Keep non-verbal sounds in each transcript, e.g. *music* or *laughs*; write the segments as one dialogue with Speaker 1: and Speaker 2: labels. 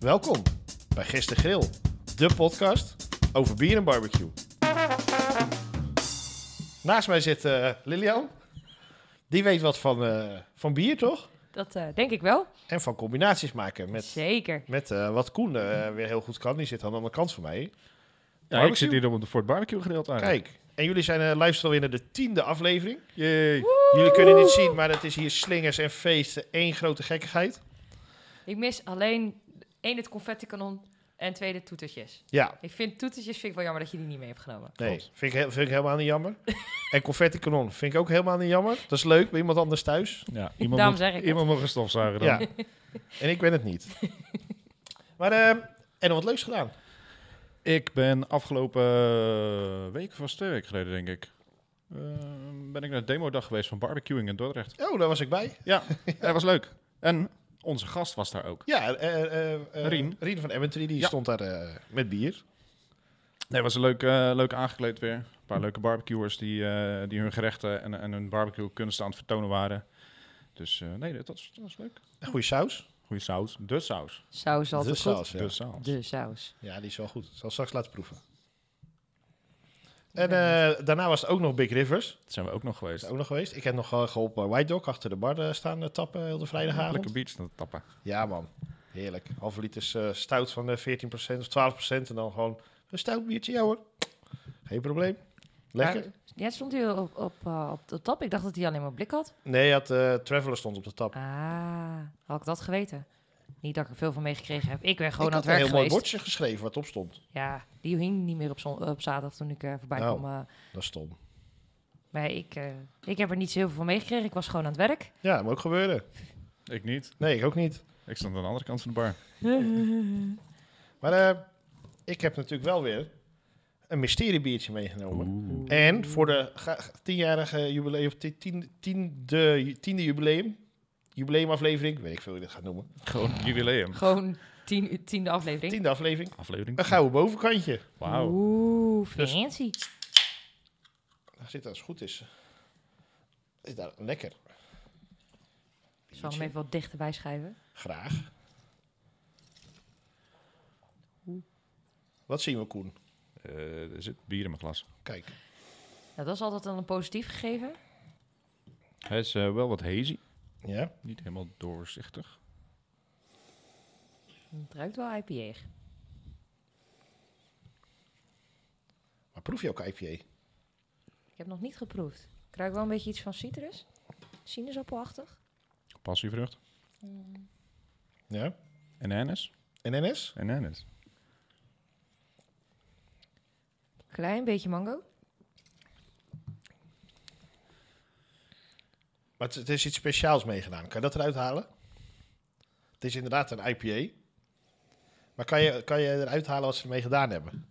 Speaker 1: Welkom bij Gisteren Grill, de podcast over bier en barbecue. Naast mij zit eh, Lilian. Die weet wat van, eh, van bier, toch?
Speaker 2: Dat eh, denk ik wel.
Speaker 1: En van combinaties maken met,
Speaker 2: Zeker.
Speaker 1: met eh, wat Koen eh, weer heel goed kan. Die zit aan de andere kant van mij.
Speaker 3: Ja,
Speaker 1: Barbecue.
Speaker 3: ik zit hier op de Fort Barbecue gedeeld eigenlijk.
Speaker 1: Kijk, en jullie zijn eh luisteren alweer naar de tiende aflevering.
Speaker 3: Jee.
Speaker 1: Jullie kunnen niet zien, maar het is hier slingers en feesten. één grote gekkigheid.
Speaker 2: Ik mis alleen één het confetti kanon en twee de toetertjes.
Speaker 1: Ja,
Speaker 2: Ik vind toetertjes vind ik wel jammer dat je die niet mee hebt genomen.
Speaker 1: nee, vind ik, he- vind ik helemaal niet jammer. en confetti kanon vind ik ook helemaal niet jammer. Dat is leuk, bij iemand anders thuis.
Speaker 3: Ja, iemand
Speaker 2: Daarom
Speaker 3: moet,
Speaker 2: zeg ik het.
Speaker 3: iemand moet een stofzuiger dan.
Speaker 1: Ja, *laughs* en ik ben het niet. *laughs* Maar, eh, en nog wat leuks gedaan.
Speaker 3: Ik ben afgelopen eh, week, of was het twee weken geleden denk ik, eh, ben ik naar de demodag geweest van barbecuing
Speaker 1: *laughs*
Speaker 3: in Dordrecht.
Speaker 1: Oh, daar was ik bij.
Speaker 3: Ja, dat was leuk. En onze gast was daar ook.
Speaker 1: Ja, eh, eh, eh, eh,
Speaker 3: Rien.
Speaker 1: Rien van Emmentry, die
Speaker 3: Ja.
Speaker 1: stond daar eh, met bier.
Speaker 3: Nee, was leuk, eh, leuk aangekleed weer. Een paar leuke barbecuers die, eh, die hun gerechten en, en hun barbecue kunsten aan het vertonen waren. Dus eh, nee, dat was, dat was leuk.
Speaker 1: Goeie saus.
Speaker 3: Goeie saus. De saus.
Speaker 2: Saus altijd
Speaker 1: de
Speaker 2: goed.
Speaker 1: saus, ja.
Speaker 3: De saus.
Speaker 2: De saus.
Speaker 1: Ja, die is wel goed. Ik zal straks laten proeven. En eh, daarna was het ook nog Big Rivers.
Speaker 3: Dat zijn we ook nog
Speaker 1: Is
Speaker 3: geweest.
Speaker 1: het ook nog geweest. Ik heb nog eh, geholpen bij White Dog achter de bar eh, staan eh, tappen heel de vrijdagavond.
Speaker 3: Lekker beach aan het tappen.
Speaker 1: Ja man, heerlijk. Halve liters eh, stout van eh, 14% of 12% en dan gewoon een stout biertje. Ja hoor, geen probleem. Lekker.
Speaker 2: Maar, ja, stond hij op, op, eh, op de tap? Ik dacht dat hij alleen maar blik had.
Speaker 1: Nee, had, eh Traveler stond op de tap.
Speaker 2: Ah, had ik dat geweten. Niet dat ik er veel van meegekregen heb. Ik ben gewoon
Speaker 1: ik
Speaker 2: aan het
Speaker 1: had een
Speaker 2: werk
Speaker 1: heel mooi
Speaker 2: geweest.
Speaker 1: bordje geschreven wat op stond.
Speaker 2: Ja, die hing niet meer op, zon- op zaterdag toen ik eh, voorbij
Speaker 1: Oh.
Speaker 2: kwam. eh.
Speaker 1: Dat is stom.
Speaker 2: maar ik, eh, ik heb er niet zo heel veel van meegekregen. Ik was gewoon aan het werk.
Speaker 1: Ja, dat moet ook gebeuren.
Speaker 3: Ik niet.
Speaker 1: Nee, ik ook niet.
Speaker 3: Ik stond aan de andere kant van de bar.
Speaker 1: Maar eh, ik heb natuurlijk wel weer een mysteriebiertje meegenomen. En voor de ga- tienjarige jubileum, of ti- tien, tiende, tiende jubileum, jubileumaflevering, weet ik veel hoe je dit gaat noemen.
Speaker 3: Gewoon jubileum.
Speaker 2: Gewoon tien, tiende aflevering.
Speaker 1: Tiende aflevering,
Speaker 3: Aflevering.
Speaker 1: een gouden bovenkantje.
Speaker 3: Wauw.
Speaker 2: Oeh,
Speaker 1: Dus-
Speaker 2: fancy.
Speaker 1: Daar zit als het goed is. Is daar lekker.
Speaker 2: Ik zal hem even wat dichterbij schuiven.
Speaker 1: Graag. Wat zien we, Koen?
Speaker 3: Eh, er zit bier in mijn glas.
Speaker 1: Kijk.
Speaker 2: Nou, dat is altijd al een positief gegeven.
Speaker 3: Hij is eh, wel wat hazy.
Speaker 1: Ja?
Speaker 3: Niet helemaal doorzichtig.
Speaker 2: Het ruikt wel E. IPA.
Speaker 1: Maar proef je ook IPA?
Speaker 2: Ik heb nog niet geproefd. Ik ruik wel een beetje iets van citrus. Sinaasappelachtig.
Speaker 3: Passievrucht.
Speaker 1: Ja.
Speaker 3: En Ennis.
Speaker 1: En NS?
Speaker 3: En Ennis.
Speaker 2: Klein beetje mango.
Speaker 1: Maar het, het is iets speciaals meegedaan. Kan je dat eruit halen? Het is inderdaad een IPA. Maar kan je, kan je eruit halen wat ze ermee gedaan hebben?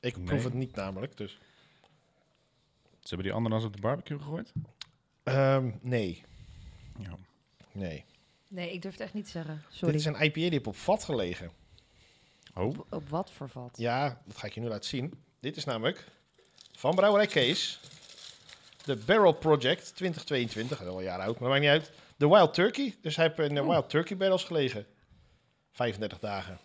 Speaker 1: Ik
Speaker 3: Nee.
Speaker 1: proef het niet namelijk, dus...
Speaker 3: Ze hebben die ananas op de barbecue gegooid.
Speaker 1: Ehm, nee,
Speaker 3: Ja.
Speaker 1: nee.
Speaker 2: Nee, ik durf het echt niet te zeggen. Sorry.
Speaker 1: Dit is een IPA die heb op vat gelegen.
Speaker 3: Oh.
Speaker 2: Op, op wat voor vat?
Speaker 1: Ja, dat ga ik je nu laten zien. Dit is namelijk van Brouwerij Kees. De Barrel Project 2022. Dat is al een jaar oud, maar maakt niet uit. De Wild Turkey. Dus hij heeft in de
Speaker 3: Oh.
Speaker 1: Wild Turkey barrels gelegen. 35 dagen.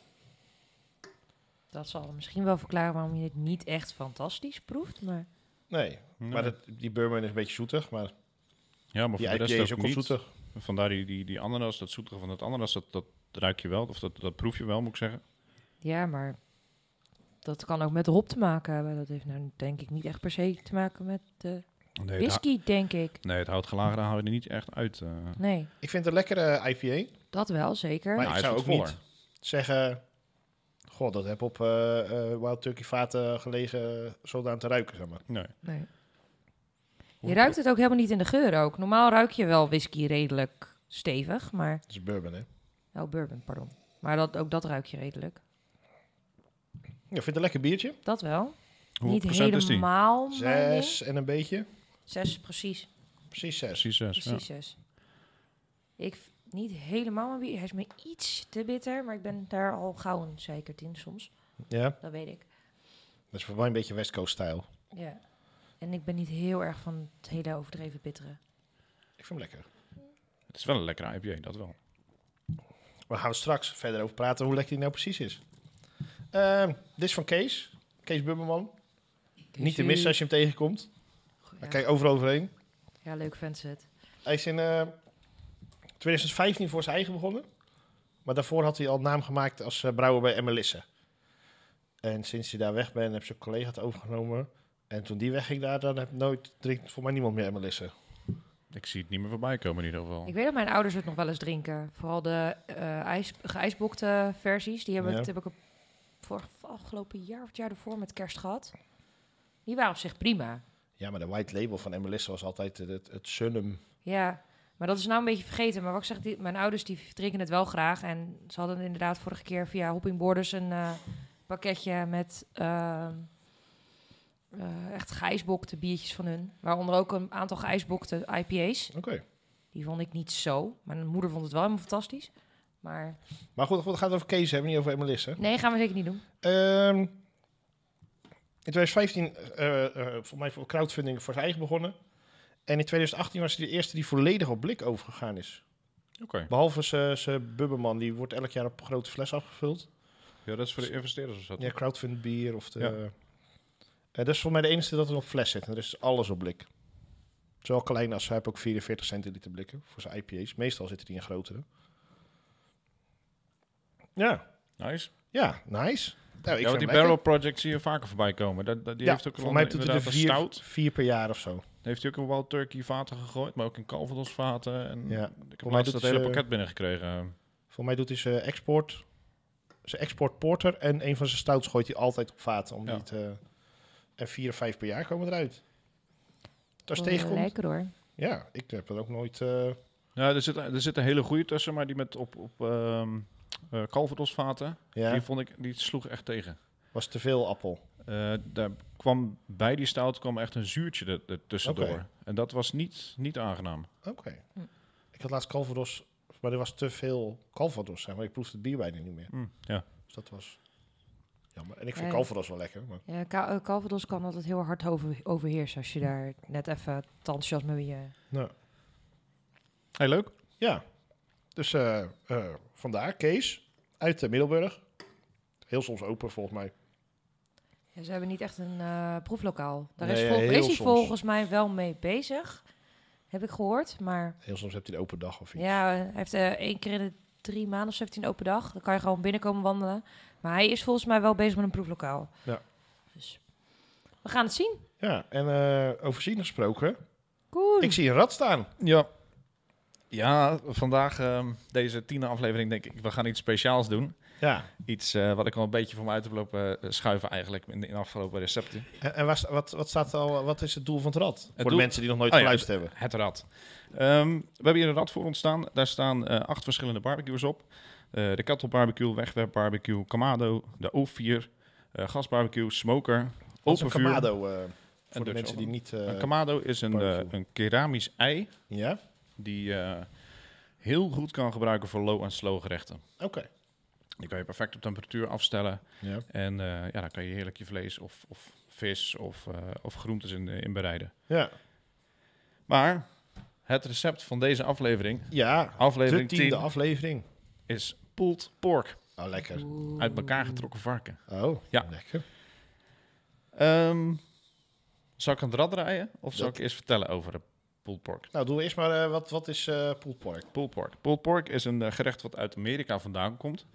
Speaker 2: Dat zal misschien wel verklaren waarom je het niet echt fantastisch proeft. Maar
Speaker 1: Nee,
Speaker 3: Nee.
Speaker 1: maar dat, die Burman is een beetje zoetig. Maar
Speaker 3: Ja, maar voor
Speaker 1: die
Speaker 3: de
Speaker 1: IPA
Speaker 3: rest
Speaker 1: is
Speaker 3: ook
Speaker 1: ook wel
Speaker 3: niet.
Speaker 1: zoetig.
Speaker 3: Vandaar die, die, die ananas, dat zoetige van dat ananas, dat, dat ruik je wel. Of dat, dat proef je wel, moet ik zeggen.
Speaker 2: ja, maar dat kan ook met hop te maken hebben. Dat heeft nou denk ik niet echt per se te maken met de
Speaker 3: Nee, het,
Speaker 2: whisky, denk ik.
Speaker 3: hou- nee, het hout gelagen hou je er niet echt uit. eh.
Speaker 2: Nee,
Speaker 1: Ik vind het een lekkere IPA.
Speaker 2: dat wel zeker.
Speaker 1: Maar
Speaker 3: Nou,
Speaker 1: ik
Speaker 3: hij
Speaker 1: zou
Speaker 3: is
Speaker 1: ook
Speaker 3: wat
Speaker 1: niet zeggen... Goh, dat heb op eh, eh, Wild Turkey vaten gelegen zodanig te ruiken, zeg maar.
Speaker 3: Nee.
Speaker 2: Nee.
Speaker 3: Hoe-
Speaker 2: Je ruikt het ook helemaal niet in de geur ook. Normaal ruik je wel whisky redelijk stevig, maar...
Speaker 1: Dat is bourbon, hè?
Speaker 2: Oh, bourbon, pardon. Maar dat, ook dat ruik je redelijk.
Speaker 1: Ja, ik vind het een lekker biertje.
Speaker 2: Dat wel.
Speaker 3: Hoeveel
Speaker 2: niet
Speaker 3: procent is die?
Speaker 2: helemaal, maar nee.
Speaker 1: Zes en een beetje.
Speaker 2: Zes, precies.
Speaker 1: Precies zes.
Speaker 3: Precies zes.
Speaker 2: Precies zes. Ik v- niet helemaal mijn bier. Hij is me iets te bitter, maar ik ben daar al gauw een zeikert in soms.
Speaker 1: Ja,
Speaker 2: Dat weet ik.
Speaker 1: dat is voor mij een beetje West Coast stijl.
Speaker 2: Ja. En ik ben niet heel erg van het hele overdreven bittere.
Speaker 1: Ik vind hem lekker.
Speaker 3: Het is wel een lekkere IPA, dat wel.
Speaker 1: We gaan we straks verder over praten hoe lekker die nou precies is. Ehm, dit is van Kees. Kees Bubberman. Niet te missen als je hem tegenkomt.
Speaker 2: Goeie-
Speaker 1: Daar
Speaker 2: Dus Ja,
Speaker 1: kan je overal overheen.
Speaker 2: ja, leuk fanset.
Speaker 1: Hij is in eh, 2015 voor zijn eigen begonnen. Maar daarvoor had hij al naam gemaakt als eh, brouwer bij Emmelisse. En sinds hij daar weg bent, heb zijn collega het overgenomen. En toen die wegging daar, dan heb nooit, drinkt voor mij niemand meer Emmelisse.
Speaker 3: Ik zie het niet meer voorbij komen in ieder geval.
Speaker 2: Ik weet dat mijn ouders het nog wel eens drinken. Vooral de eh ijs, geijsbokte versies. Die heb, ik,
Speaker 1: Ja.
Speaker 2: dat heb ik op- vorig afgelopen jaar of het jaar ervoor met kerst gehad. Die waren op zich prima.
Speaker 1: Ja, maar de white label van Emmelisse was altijd het, het, het Sunnum.
Speaker 2: Ja, maar dat is nou een beetje vergeten. Maar wat ik zeg, die, mijn ouders die drinken het wel graag. En ze hadden inderdaad vorige keer via Hopping Borders een eh, pakketje met ehm, eh, echt geijsbokte biertjes van hun. Waaronder ook een aantal geijsbokte IPA's.
Speaker 1: Oké.
Speaker 2: Die vond ik niet zo. Mijn moeder vond het wel helemaal fantastisch. Maar
Speaker 1: Maar goed, goed, we gaan het over Kees hebben, niet over Emmelisse.
Speaker 2: nee, gaan we zeker niet doen.
Speaker 1: Ehm, in 2015, eh eh, voor mij voor crowdfunding voor zijn eigen begonnen. En in 2018 was hij de eerste die volledig op blik overgegaan is.
Speaker 3: Oké,
Speaker 1: Behalve zijn- zijn bubberman, die wordt elk jaar op grote fles afgevuld.
Speaker 3: ja, dat is voor de investeerders of zo.
Speaker 1: Ja,
Speaker 3: toch?
Speaker 1: crowdfund bier of de...
Speaker 3: Ja.
Speaker 1: Eh, dat is voor mij de enige dat er op fles zit. En er is alles op blik. Zowel klein als hij heeft ook 44 centiliter blikken voor zijn IPA's. Meestal zitten die in grotere. Ja,
Speaker 3: Nice.
Speaker 1: ja, nice. Nou, ik vind
Speaker 3: ja, want die
Speaker 1: hem lekker.
Speaker 3: barrel project zie je vaker voorbij komen. Dat, dat, die
Speaker 1: Ja,
Speaker 3: heeft ook
Speaker 1: voor mij doet hij er
Speaker 3: inderdaad een
Speaker 1: vier,
Speaker 3: stout.
Speaker 1: vier per jaar of zo.
Speaker 3: Heeft hij ook een Wild Turkey vaten gegooid, maar ook in Calvados vaten. En
Speaker 1: Ja.
Speaker 3: Ik heb
Speaker 1: mij
Speaker 3: laatst
Speaker 1: doet
Speaker 3: dat hele
Speaker 1: ze-
Speaker 3: pakket binnengekregen.
Speaker 1: Voor mij doet hij zijn export, zijn export porter en een van zijn stouts gooit hij altijd op vaten. Om
Speaker 3: Ja.
Speaker 1: die te, en vier of vijf per jaar komen eruit. Als
Speaker 2: Oh,
Speaker 1: het tegenkomt,
Speaker 2: Lekker hoor.
Speaker 1: ja, ik heb dat ook nooit... eh,
Speaker 3: Ja, er zit, er zit een hele goede tussen, maar die met op, op ehm, eh, Calvados vaten,
Speaker 1: ja,
Speaker 3: die, vond ik, die sloeg echt tegen.
Speaker 1: was te veel appel.
Speaker 3: Eh, daar kwam bij die stout kwam echt een zuurtje er, er tussendoor.
Speaker 1: Oké.
Speaker 3: En dat was niet, niet aangenaam.
Speaker 1: Oké.
Speaker 2: Hm.
Speaker 1: Ik had laatst Calvados, maar er was te veel Calvados. Zeg maar ik proefde het bier bijna niet meer.
Speaker 3: Hm, ja.
Speaker 1: Dus dat was jammer. En ik vind
Speaker 2: Ja.
Speaker 1: Calvados wel lekker. Maar
Speaker 2: Ja, Ka- eh, Calvados kan altijd heel hard over, overheersen als je daar net even het enthousiasme weer... eh,
Speaker 3: Hey, leuk.
Speaker 1: Ja, dus eh, eh, vandaar Kees uit eh, Middelburg. Heel soms open volgens mij.
Speaker 2: Ja, ze hebben niet echt een eh, proeflokaal. Daar
Speaker 1: Nee,
Speaker 2: is, vol-
Speaker 1: heel
Speaker 2: is hij
Speaker 1: soms.
Speaker 2: volgens mij wel mee bezig, heb ik gehoord. Maar
Speaker 1: Heel soms hebt hij een open dag of iets.
Speaker 2: ja, hij heeft eh, één keer in de drie maanden of zo heeft hij een open dag. Dan kan je gewoon binnenkomen wandelen. Maar hij is volgens mij wel bezig met een proeflokaal.
Speaker 1: Ja.
Speaker 2: Dus we gaan het zien.
Speaker 1: Ja, en eh over zien gesproken.
Speaker 2: Cool.
Speaker 1: Ik zie een rat staan.
Speaker 3: Ja. Ja, vandaag ehm, deze tiende aflevering denk ik, we gaan iets speciaals doen.
Speaker 1: Ja.
Speaker 3: Iets eh, wat ik al een beetje voor me uit heb lopen eh, schuiven eigenlijk in de, in de afgelopen recepten.
Speaker 1: En, en waar sta- wat, wat, staat er al, wat is het doel van het rad? Voor de
Speaker 3: doel-
Speaker 1: mensen die nog nooit
Speaker 3: Oh ja,
Speaker 1: geluisterd hebben.
Speaker 3: Het rad. Ehm, we hebben hier een rad voor ons staan. Daar staan eh, acht verschillende barbecues op. Eh, de kettle barbecue, wegwerp barbecue, kamado, de O4, eh gasbarbecue, smoker,
Speaker 1: Wat is
Speaker 3: open
Speaker 1: een
Speaker 3: vuur.
Speaker 1: kamado eh, voor de
Speaker 3: Dutch
Speaker 1: mensen die
Speaker 3: oven.
Speaker 1: niet... eh,
Speaker 3: Een kamado is een, eh,
Speaker 1: barbecue.
Speaker 3: een keramisch ei
Speaker 1: ja?
Speaker 3: die eh, heel goed kan gebruiken voor low- en slow gerechten.
Speaker 1: Oké.
Speaker 3: Die kan je perfect op temperatuur afstellen.
Speaker 1: Ja.
Speaker 3: En eh, ja, dan kan je heerlijk je vlees of, of vis of, eh, of groentes in, in bereiden.
Speaker 1: Ja.
Speaker 3: Maar het recept van deze aflevering,
Speaker 1: ja, de
Speaker 3: aflevering
Speaker 1: tiende
Speaker 3: 10,
Speaker 1: aflevering.
Speaker 3: is pulled pork.
Speaker 1: Oh, lekker.
Speaker 2: Oeh.
Speaker 3: Uit elkaar getrokken varken.
Speaker 1: Oh,
Speaker 3: Ja.
Speaker 1: lekker.
Speaker 3: Ehm, zal ik aan het rad draaien? Of zal
Speaker 1: Dat-
Speaker 3: ik eerst vertellen over de pulled pork?
Speaker 1: Nou, doen we eerst maar... eh, wat, wat is eh pulled pork?
Speaker 3: Pulled pork. Pulled pork is een eh, gerecht wat uit Amerika vandaan komt.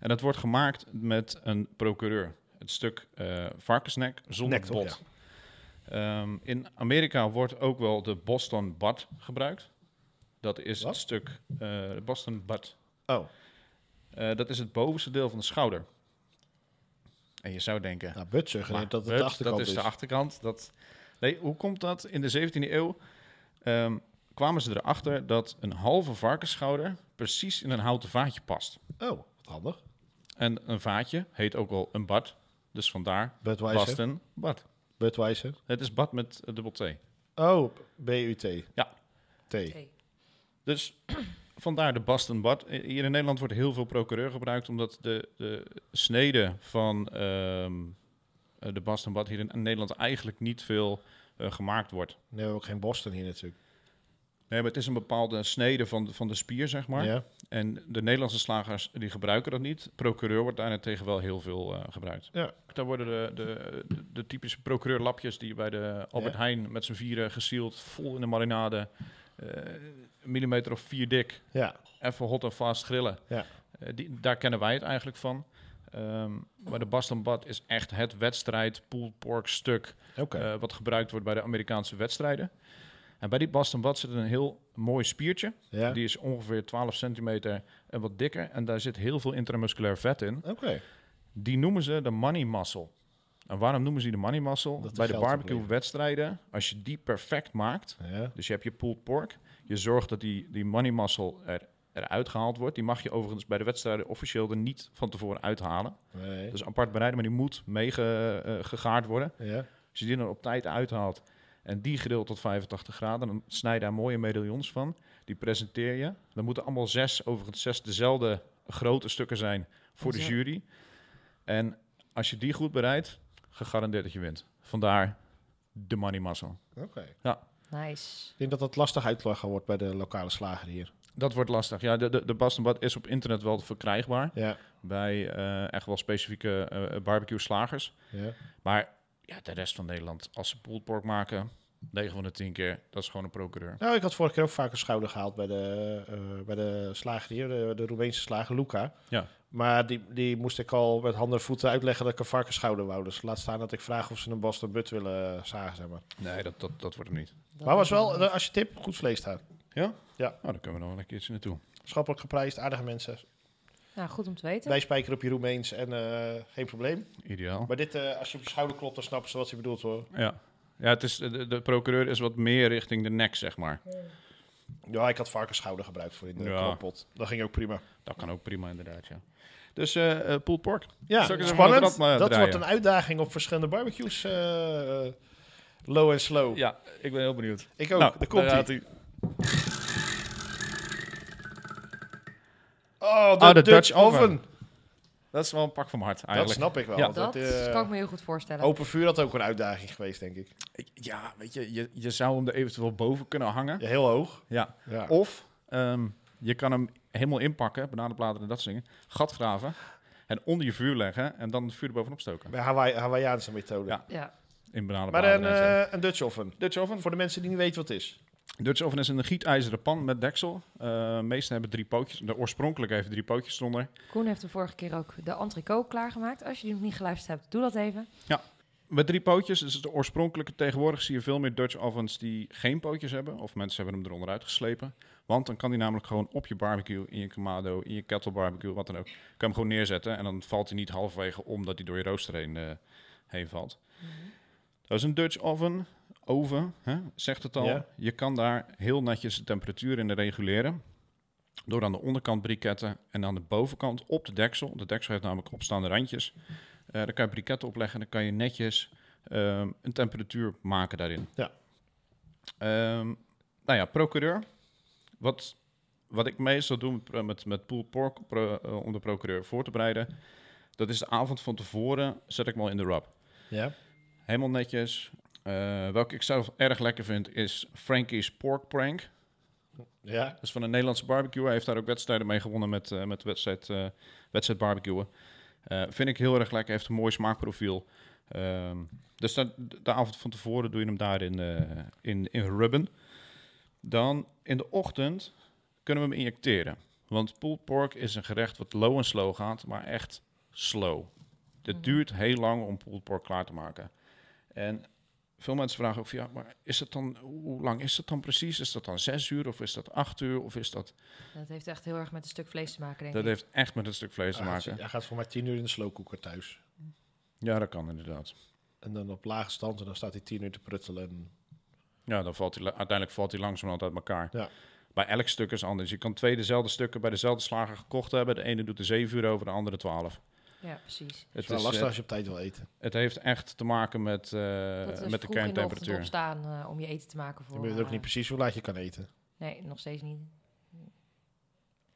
Speaker 3: En dat wordt gemaakt met een procureur. Het stuk eh varkensnek zonder
Speaker 1: Nek,
Speaker 3: bot.
Speaker 1: toch,
Speaker 3: Ehm, in Amerika wordt ook wel de Boston butt gebruikt. Dat is
Speaker 1: Wat?
Speaker 3: het stuk eh, de Boston butt.
Speaker 1: Oh,
Speaker 3: Eh, dat is het bovenste deel van de schouder. En je zou denken,
Speaker 1: nou, but suggereert
Speaker 3: Maar
Speaker 1: dat het
Speaker 3: hup,
Speaker 1: de achterkant
Speaker 3: dat is. de achterkant. Dat, nee, hoe komt dat? In de 17e eeuw ehm, kwamen ze erachter dat een halve varkensschouder precies in een houten vaatje past.
Speaker 1: Oh, wat handig.
Speaker 3: En een vaatje heet ook wel een bad. Dus vandaar
Speaker 1: Budweiser.
Speaker 3: past een bad.
Speaker 1: Budweiser.
Speaker 3: Het is bad met eh, dubbel T.
Speaker 1: Oh, B-U-T.
Speaker 3: Ja.
Speaker 1: T.
Speaker 2: Oké.
Speaker 3: Dus *clears throat* vandaar de Boston Bad. I- Hier in Nederland wordt heel veel procureur gebruikt, omdat de, de snede van ehm, eh, de Boston Bad hier in Nederland eigenlijk niet veel eh, gemaakt wordt.
Speaker 1: Nu hebben we ook geen Boston hier natuurlijk.
Speaker 3: Nee, maar het is een bepaalde snede van, de- van de spier, zeg maar.
Speaker 1: Ja.
Speaker 3: En de Nederlandse slagers die gebruiken dat niet. Procureur wordt daarentegen wel heel veel eh, gebruikt.
Speaker 1: Ja.
Speaker 3: Daar worden de, de, de typische procureurlapjes die je bij de Albert
Speaker 1: Ja.
Speaker 3: Heijn met z'n vieren gesield, vol in de marinade, eh, een millimeter of vier dik,
Speaker 1: Ja.
Speaker 3: even hot en vast grillen.
Speaker 1: Ja.
Speaker 3: Eh, die, daar kennen wij het eigenlijk van. Ehm, maar de Boston Bad is echt het wedstrijd pulled pork stuk
Speaker 1: Oké.
Speaker 3: eh, wat gebruikt wordt bij de Amerikaanse wedstrijden. En bij die Boston Bad zit een heel mooi spiertje.
Speaker 1: ja.
Speaker 3: Die is ongeveer 12 centimeter en wat dikker. En daar zit heel veel intramusculair vet in.
Speaker 1: Oké.
Speaker 3: Die noemen ze de money muscle. En waarom noemen ze die de money muscle?
Speaker 1: Dat er
Speaker 3: Bij de
Speaker 1: geld op
Speaker 3: barbecue wedstrijden, als je die perfect maakt...
Speaker 1: Ja.
Speaker 3: dus je hebt je pulled pork, je zorgt dat die, die money muscle er, eruit gehaald wordt. Die mag je overigens bij de wedstrijden officieel er niet van tevoren uithalen.
Speaker 1: Nee.
Speaker 3: Dat is apart bereiden, maar die moet meegegaard worden.
Speaker 1: Ja.
Speaker 3: Als je die dan op tijd uithaalt en die gedeeld tot 85 graden, dan snij je daar mooie medaillons van. Die presenteer je. Dan moeten allemaal zes, overigens zes dezelfde grote stukken zijn voor de
Speaker 2: Zo.
Speaker 3: jury. En als je die goed bereidt, gegarandeerd dat je wint. Vandaar de money muscle.
Speaker 1: Oké.
Speaker 2: Nice.
Speaker 1: Ik denk dat dat lastig uitleggen wordt bij de lokale slager hier.
Speaker 3: Dat wordt lastig. Ja, de, de, de Boston Bad is op internet wel verkrijgbaar.
Speaker 1: Ja.
Speaker 3: Bij eh, echt wel specifieke eh, barbecue slagers.
Speaker 1: Ja.
Speaker 3: Maar ja, de rest van Nederland, als ze pulled pork maken, 9 van de 10 keer, dat is gewoon een procureur.
Speaker 1: Nou, ik had vorige keer ook vaak een schouder gehaald bij de, eh, bij de slager hier, de, de Roemeense slager Luca.
Speaker 3: Ja.
Speaker 1: Maar die, die moest ik al met handen en voeten uitleggen dat ik een varkensschouder wou. Dus laat staan dat ik vraag of ze een Boston Butt willen eh, zagen, zeg maar.
Speaker 3: Nee, dat, dat, dat wordt hem niet.
Speaker 2: Dat
Speaker 1: Maar was wel,
Speaker 2: niet.
Speaker 1: eh, als je tip, goed vlees staat.
Speaker 3: Ja?
Speaker 1: Ja.
Speaker 3: Nou, dan kunnen we nog wel een keertje naartoe.
Speaker 1: Schappelijk geprijsd, aardige mensen.
Speaker 2: Nou, goed om te weten.
Speaker 1: Wij spijker op je Roemeens en eh, geen probleem.
Speaker 3: Ideaal.
Speaker 1: Maar dit, eh, als je op je schouder klopt, dan snappen ze wat ze bedoelt hoor.
Speaker 3: Ja. Ja, het is, de, de procureur is wat meer richting de nek, zeg maar.
Speaker 1: Ja, ik had varkensschouder gebruikt voor in de
Speaker 3: Ja.
Speaker 1: knoppot. Dat ging ook prima.
Speaker 3: Dat kan ook prima, inderdaad, ja. Dus eh eh, pulled pork.
Speaker 1: Ja,
Speaker 3: Zal ik eens even
Speaker 1: spannend.
Speaker 3: wat rad, eh,
Speaker 1: dat
Speaker 3: draaien?
Speaker 1: wordt een uitdaging op verschillende barbecues. eh, eh, low en slow.
Speaker 3: Ja, ik ben heel benieuwd.
Speaker 1: Ik ook.
Speaker 3: nou,
Speaker 1: daar komt
Speaker 3: gaat
Speaker 1: hij.
Speaker 3: hij.
Speaker 1: Oh, de,
Speaker 3: Oh, de
Speaker 1: Dutch,
Speaker 3: Dutch
Speaker 1: oven.
Speaker 3: oven. Dat is wel een pak van mijn hart,
Speaker 1: Dat
Speaker 3: eigenlijk.
Speaker 1: snap ik wel.
Speaker 3: Ja.
Speaker 1: want
Speaker 2: Dat,
Speaker 1: eh,
Speaker 2: kan ik me heel goed voorstellen.
Speaker 1: open vuur had ook een uitdaging geweest, denk ik.
Speaker 3: Ik- Ja, weet je, je, je zou hem er eventueel boven kunnen hangen. Ja.
Speaker 1: Ja, heel hoog. Ja.
Speaker 3: Of ehm, je kan hem helemaal inpakken, bananenbladeren en dat soort dingen. Gat graven en onder je vuur leggen en dan het vuur erbovenop stoken.
Speaker 1: Bij Hawaii, Hawaiiaanse methode.
Speaker 3: Ja.
Speaker 2: Ja.
Speaker 3: In
Speaker 1: Maar
Speaker 3: bananenbladeren
Speaker 1: een,
Speaker 3: en zo.
Speaker 1: eh, een Dutch oven.
Speaker 3: Dutch oven.
Speaker 1: Voor de mensen die niet weten wat het is.
Speaker 3: Dutch oven is een gietijzeren pan met deksel. Eh meesten hebben drie pootjes. De oorspronkelijke heeft drie pootjes eronder.
Speaker 2: Koen heeft de vorige keer ook de entrecote klaargemaakt. Als je die nog niet geluisterd hebt, doe dat even.
Speaker 3: Met drie pootjes is het de oorspronkelijke. Tegenwoordig zie je veel meer Dutch ovens die geen pootjes hebben. Of mensen hebben hem eronder uitgeslepen. Want dan kan die namelijk gewoon op je barbecue, in je kamado, in je kettle barbecue, wat dan ook. Kan je hem gewoon neerzetten en dan valt hij niet halverwege omdat hij door je rooster heen, eh, heen valt.
Speaker 1: Mhm.
Speaker 3: Dat is een Dutch oven. Oven, hè? zegt het al.
Speaker 1: Ja.
Speaker 3: Je kan daar heel netjes de temperatuur in reguleren. Door aan de onderkant briketten en aan de bovenkant op de deksel. De deksel heeft namelijk opstaande randjes.
Speaker 1: Mhm.
Speaker 3: Eh daar kan je briketten opleggen en dan kan je netjes ehm, een temperatuur maken daarin.
Speaker 1: Ja.
Speaker 3: Ehm, nou ja, procureur. Wat, wat ik meestal doe met, pro- met, met pulled pork pro- eh, om de procureur voor te bereiden... dat is de avond van tevoren zet ik hem al in de wrap.
Speaker 1: Ja.
Speaker 3: Helemaal netjes. Eh, welke ik zelf erg lekker vind is Frankie's Pork Prank.
Speaker 1: Ja.
Speaker 3: Dat is van een Nederlandse barbecue. Hij heeft daar ook wedstrijden mee gewonnen met, eh met wedstrijd, eh wedstrijd barbecuen. Eh, vind ik heel erg lekker. Heeft een mooi smaakprofiel. Ehm, dus dat, de avond van tevoren doe je hem daarin eh, in, in rubben. Dan in de ochtend kunnen we hem injecteren. Want pulled pork is een gerecht wat low en slow gaat, maar echt slow. Het duurt heel lang om pulled pork klaar te maken. En veel mensen vragen ook van ja, maar is dat dan, hoe lang is dat dan precies? Is dat dan zes uur of is dat acht uur of is dat...
Speaker 2: Dat heeft echt heel erg met een stuk vlees te maken, denk
Speaker 3: Dat
Speaker 2: ik.
Speaker 3: heeft echt met een stuk vlees te
Speaker 1: Hij gaat,
Speaker 3: maken.
Speaker 1: hij gaat voor mij tien uur in de slowcooker thuis.
Speaker 3: Ja, dat kan inderdaad.
Speaker 1: En dan op lage stand en dan staat hij tien uur te pruttelen. En
Speaker 3: Ja, dan valt hij, la- uiteindelijk valt hij langzamerhand uit elkaar.
Speaker 1: Ja.
Speaker 3: Bij elk stuk is anders. Je kan twee dezelfde stukken bij dezelfde slager gekocht hebben. De ene doet er zeven uur over, de andere twaalf.
Speaker 2: Ja, precies.
Speaker 1: het is
Speaker 3: Het,
Speaker 1: wel
Speaker 3: is, eh,
Speaker 1: lastig
Speaker 3: het,
Speaker 1: als je op tijd wil eten.
Speaker 3: het heeft echt te maken met, eh,
Speaker 2: dat is
Speaker 3: met de
Speaker 2: vroeg in de ochtend
Speaker 3: kerntemperatuur.
Speaker 2: opstaan eh, om je eten te maken voor...
Speaker 1: Dan weet je ook
Speaker 2: eh,
Speaker 1: niet precies hoe laat je kan eten.
Speaker 2: Nee, nog steeds niet.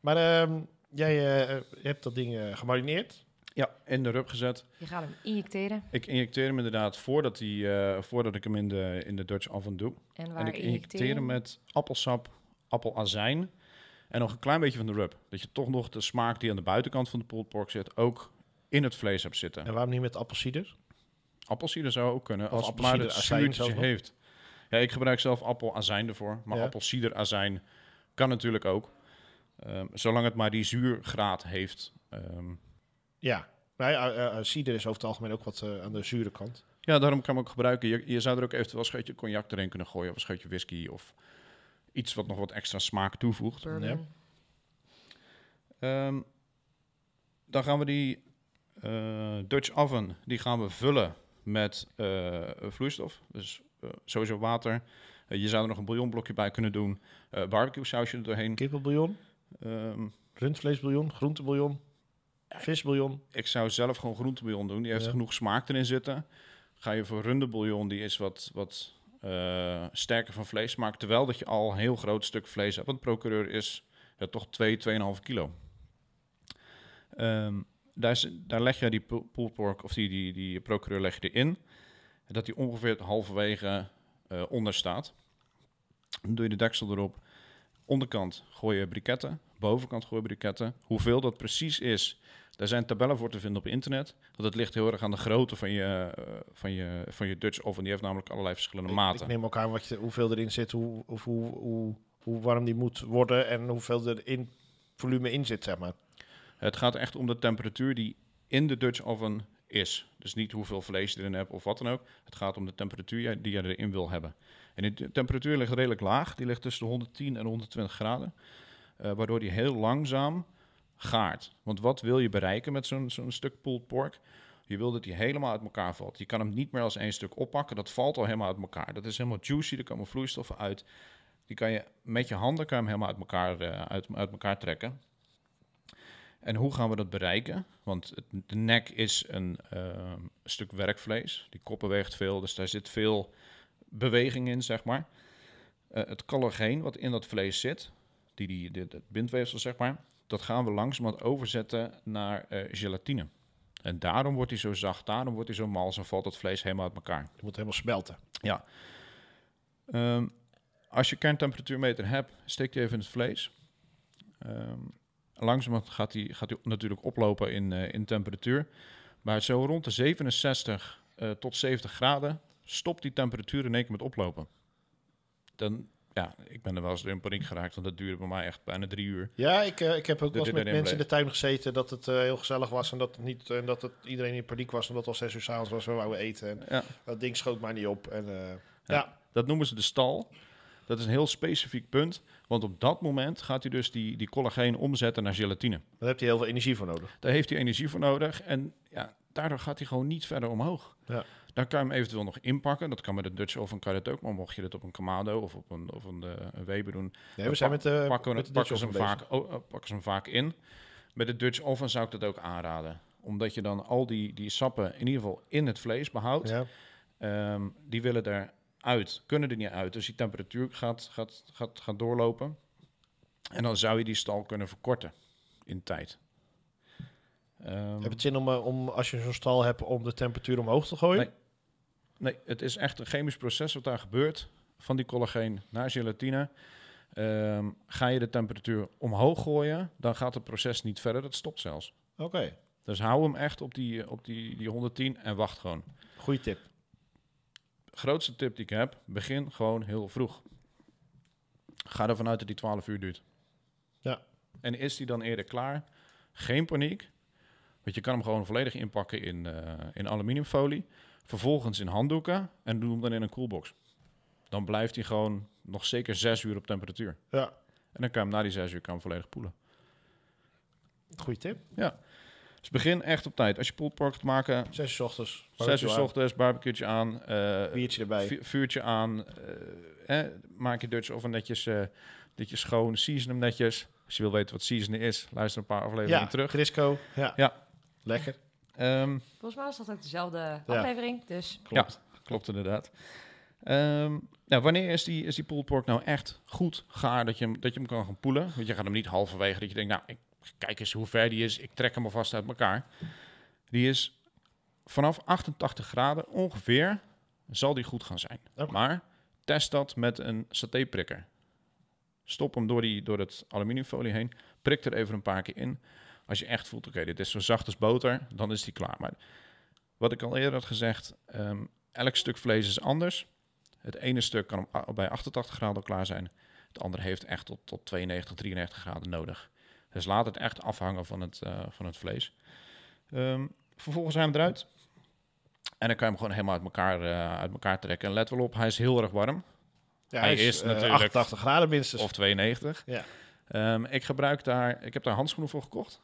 Speaker 1: Maar ehm, jij eh, hebt dat ding eh, gemarineerd.
Speaker 3: Ja, in de rub gezet.
Speaker 2: Je gaat hem injecteren.
Speaker 3: Ik injecteer hem inderdaad voordat, hij, eh, voordat ik hem in de, in de Dutch oven doe.
Speaker 2: En waar
Speaker 3: en ik injecteer hem met appelsap, appelazijn. En nog een klein beetje van de rub. Dat je toch nog de smaak die aan de buitenkant van de pulled pork zit, ook in het vlees hebt zitten.
Speaker 1: En waarom niet met appelsieder?
Speaker 3: Appelsieder zou ook kunnen,
Speaker 1: Of
Speaker 3: als het maar het
Speaker 1: appelsiederazijn
Speaker 3: zuurtje
Speaker 1: zelfs nog?
Speaker 3: heeft. Ja, ik gebruik zelf appelazijn ervoor, maar
Speaker 1: Ja.
Speaker 3: appelsiederazijn kan natuurlijk ook. Ehm, zolang het maar die zuurgraad heeft. Ehm,
Speaker 1: Ja. Nou ja, eh, eh, cider is over het algemeen ook wat eh, aan de zure kant.
Speaker 3: ja, daarom kan ik hem ook gebruiken. Je, je zou er ook eventueel een scheutje cognac erin kunnen gooien, of een scheutje whisky, of iets wat nog wat extra smaak toevoegt.
Speaker 2: Bourbon.
Speaker 1: Ja.
Speaker 3: Ehm, dan gaan we die eh, Dutch oven, die gaan we vullen met eh, vloeistof. Dus eh, sowieso water. Eh, je zou er nog een bouillonblokje bij kunnen doen. eh barbecue sausje er doorheen.
Speaker 1: Kippenbouillon,
Speaker 3: Ehm,
Speaker 1: rundvleesbouillon, groentebouillon, visbouillon.
Speaker 3: ik zou zelf gewoon groentebouillon doen. Die heeft
Speaker 1: Ja.
Speaker 3: genoeg smaak erin zitten. Ga je voor runderbouillon, die is wat, wat eh, sterker van vleessmaak. Terwijl dat je al een heel groot stuk vlees hebt. Want procureur is ja, toch 2, 2,5 kilo. Ehm, daar, is- daar leg je die pu- pulled pork, of die, die, die procureur leg je erin. Dat die ongeveer halverwege eh, onder staat. Dan doe je de deksel erop. Onderkant gooi je briketten. Bovenkant gooi je briketten. Hoeveel dat precies is, daar zijn tabellen voor te vinden op internet. Want het ligt heel erg aan de grootte van je, eh, van je, van je Dutch oven. Die heeft namelijk allerlei verschillende
Speaker 1: Ik, ik
Speaker 3: maten.
Speaker 1: neem ook aan wat je, hoeveel erin zit, hoe, of hoe, hoe, hoe warm die moet worden en hoeveel er in volume in zit, zeg maar.
Speaker 3: Het gaat echt om de temperatuur die in de Dutch oven is. Dus niet hoeveel vlees je erin hebt of wat dan ook. Het gaat om de temperatuur die je erin wil hebben. En die temperatuur ligt redelijk laag. Die ligt tussen de 110 en 120 graden. eh, waardoor die heel langzaam gaart. Want wat wil je bereiken met zo'n zo'n stuk pulled pork? Je wil dat die helemaal uit elkaar valt. Je kan hem niet meer als één stuk oppakken. Dat valt al helemaal uit elkaar. Dat is helemaal juicy. Er komen vloeistoffen uit. Die kan je met je handen kan je hem helemaal uit elkaar, eh, uit, uit elkaar trekken. En hoe gaan we dat bereiken? Want het, de nek is een ehm, stuk werkvlees. Die koppen weegt veel, dus daar zit veel beweging in, zeg maar. Eh, het collageen wat in dat vlees zit, die, die, dit- het bindweefsel, zeg maar, dat gaan we langzamerhand overzetten naar eh, gelatine. En daarom wordt hij zo zacht, daarom wordt hij zo mals en valt dat vlees helemaal uit elkaar.
Speaker 1: Het moet helemaal smelten.
Speaker 3: Ehm, als je kerntemperatuurmeter hebt, steek die even in het vlees. Ehm langzamerhand gaat die, gaat die natuurlijk oplopen in, eh, in temperatuur. Maar zo rond de 67 eh, tot 70 graden stopt die temperatuur in één keer met oplopen. Dan, ja, ik ben er wel eens in paniek geraakt, want dat duurde bij mij echt bijna drie uur.
Speaker 1: Ja, ik, eh, ik heb ook
Speaker 3: Dit-
Speaker 1: wel eens
Speaker 3: dit
Speaker 1: met
Speaker 3: erin
Speaker 1: mensen in de tuin gezeten dat het eh, heel gezellig was en dat, het niet, en dat het iedereen in paniek was omdat het al zes uur s'avonds was en we wouden eten. En
Speaker 3: Ja.
Speaker 1: dat ding schoot maar niet op. En, eh,
Speaker 3: Dat noemen ze de stal. Dat is een heel specifiek punt, want op dat moment gaat hij dus die, die collageen omzetten naar gelatine.
Speaker 1: daar heb je heel veel energie voor nodig.
Speaker 3: Daar heeft hij energie voor nodig. En ja, daardoor gaat hij gewoon niet verder omhoog.
Speaker 1: Ja.
Speaker 3: Dan kan je hem eventueel nog inpakken. Dat kan met een Dutch oven kan je dat ook. Maar mocht je dat op een Kamado of op een, of een, eh, een Weber doen...
Speaker 1: Nee, we zijn met, eh
Speaker 3: pakken,
Speaker 1: met de
Speaker 3: pakken, ze
Speaker 1: Dutch
Speaker 3: hem
Speaker 1: oven
Speaker 3: vaak, oh, eh, pakken ze hem vaak in. Met de Dutch oven zou ik dat ook aanraden. Omdat je dan al die, die sappen in ieder geval in het vlees behoudt.
Speaker 1: bezig. Ja.
Speaker 3: Ehm, die willen eruit, kunnen er niet uit. Dus die temperatuur gaat, gaat, gaat, gaat doorlopen. En dan zou je die stal kunnen verkorten in tijd. Ehm,
Speaker 1: Heb je het zin om, eh, om, als je zo'n stal hebt, om de temperatuur omhoog te gooien?
Speaker 3: Nee. Nee, het is echt een chemisch proces wat daar gebeurt. Van die collageen naar gelatine. Ehm, ga je de temperatuur omhoog gooien, dan gaat het proces niet verder. Dat stopt zelfs.
Speaker 1: Oké,
Speaker 3: Dus hou hem echt op die, op die, die 110 en wacht gewoon.
Speaker 1: goede tip.
Speaker 3: Grootste tip die ik heb, begin gewoon heel vroeg. Ga ervan uit dat die 12 uur duurt.
Speaker 1: Ja.
Speaker 3: En is die dan eerder klaar? Geen paniek. Want je kan hem gewoon volledig inpakken in, eh, in aluminiumfolie. Vervolgens in handdoeken en doe hem dan in een koelbox. Dan blijft hij gewoon nog zeker 6 uur op temperatuur.
Speaker 1: Ja,
Speaker 3: En dan kan je hem na die 6 uur kan je hem volledig poelen.
Speaker 1: goede tip.
Speaker 3: Dus begin echt op tijd. Als je pulled pork gaat maken,
Speaker 1: Zes uur 's ochtends.
Speaker 3: 6 uur
Speaker 1: Barbecue
Speaker 3: s
Speaker 1: aan,
Speaker 3: ochtends, barbecue aan. eh,
Speaker 1: Biertje erbij.
Speaker 3: Vu- vuurtje aan. eh, eh, maak je Dutch oven netjes, eh netjes schoon. Season hem netjes. Als je wil weten wat seasonen is, luister een paar afleveringen
Speaker 1: ja,
Speaker 3: terug.
Speaker 1: Crisco. Ja.
Speaker 3: Ja.
Speaker 1: Lekker.
Speaker 3: Ehm,
Speaker 2: Volgens mij is dat ook dezelfde aflevering. Dus
Speaker 1: Klopt.
Speaker 3: klopt inderdaad. Ehm, nou, wanneer is die, is die pulled pork nou echt goed gaar dat je, hem, dat je hem kan gaan poelen? Want je gaat hem niet halverwege dat je denkt, nou, ik, kijk eens hoe ver die is. Ik trek hem alvast uit elkaar. Die is vanaf 88 graden ongeveer, zal die goed gaan zijn.
Speaker 1: Oké.
Speaker 3: Maar test dat met een satéprikker. Stop hem door, die, door het aluminiumfolie heen. Prik er even een paar keer in. Als je echt voelt, oké, dit is zo zacht als boter, dan is die klaar. Maar wat ik al eerder had gezegd, ehm, elk stuk vlees is anders. Het ene stuk kan om a- bij 88 graden al klaar zijn. Het andere heeft echt tot, tot 92, 93 graden nodig. Dus laat het echt afhangen van het, eh, van het vlees. Ehm, vervolgens zijn we eruit. En dan kan je hem gewoon helemaal uit elkaar, eh, uit elkaar trekken. En let wel op, hij is heel erg warm.
Speaker 1: Ja,
Speaker 3: Hij is
Speaker 1: eh,
Speaker 3: natuurlijk-
Speaker 1: 88 graden minstens.
Speaker 3: Of 92.
Speaker 1: Dus- Ja.
Speaker 3: Ehm, ik gebruik daar, ik heb daar handschoenen voor gekocht.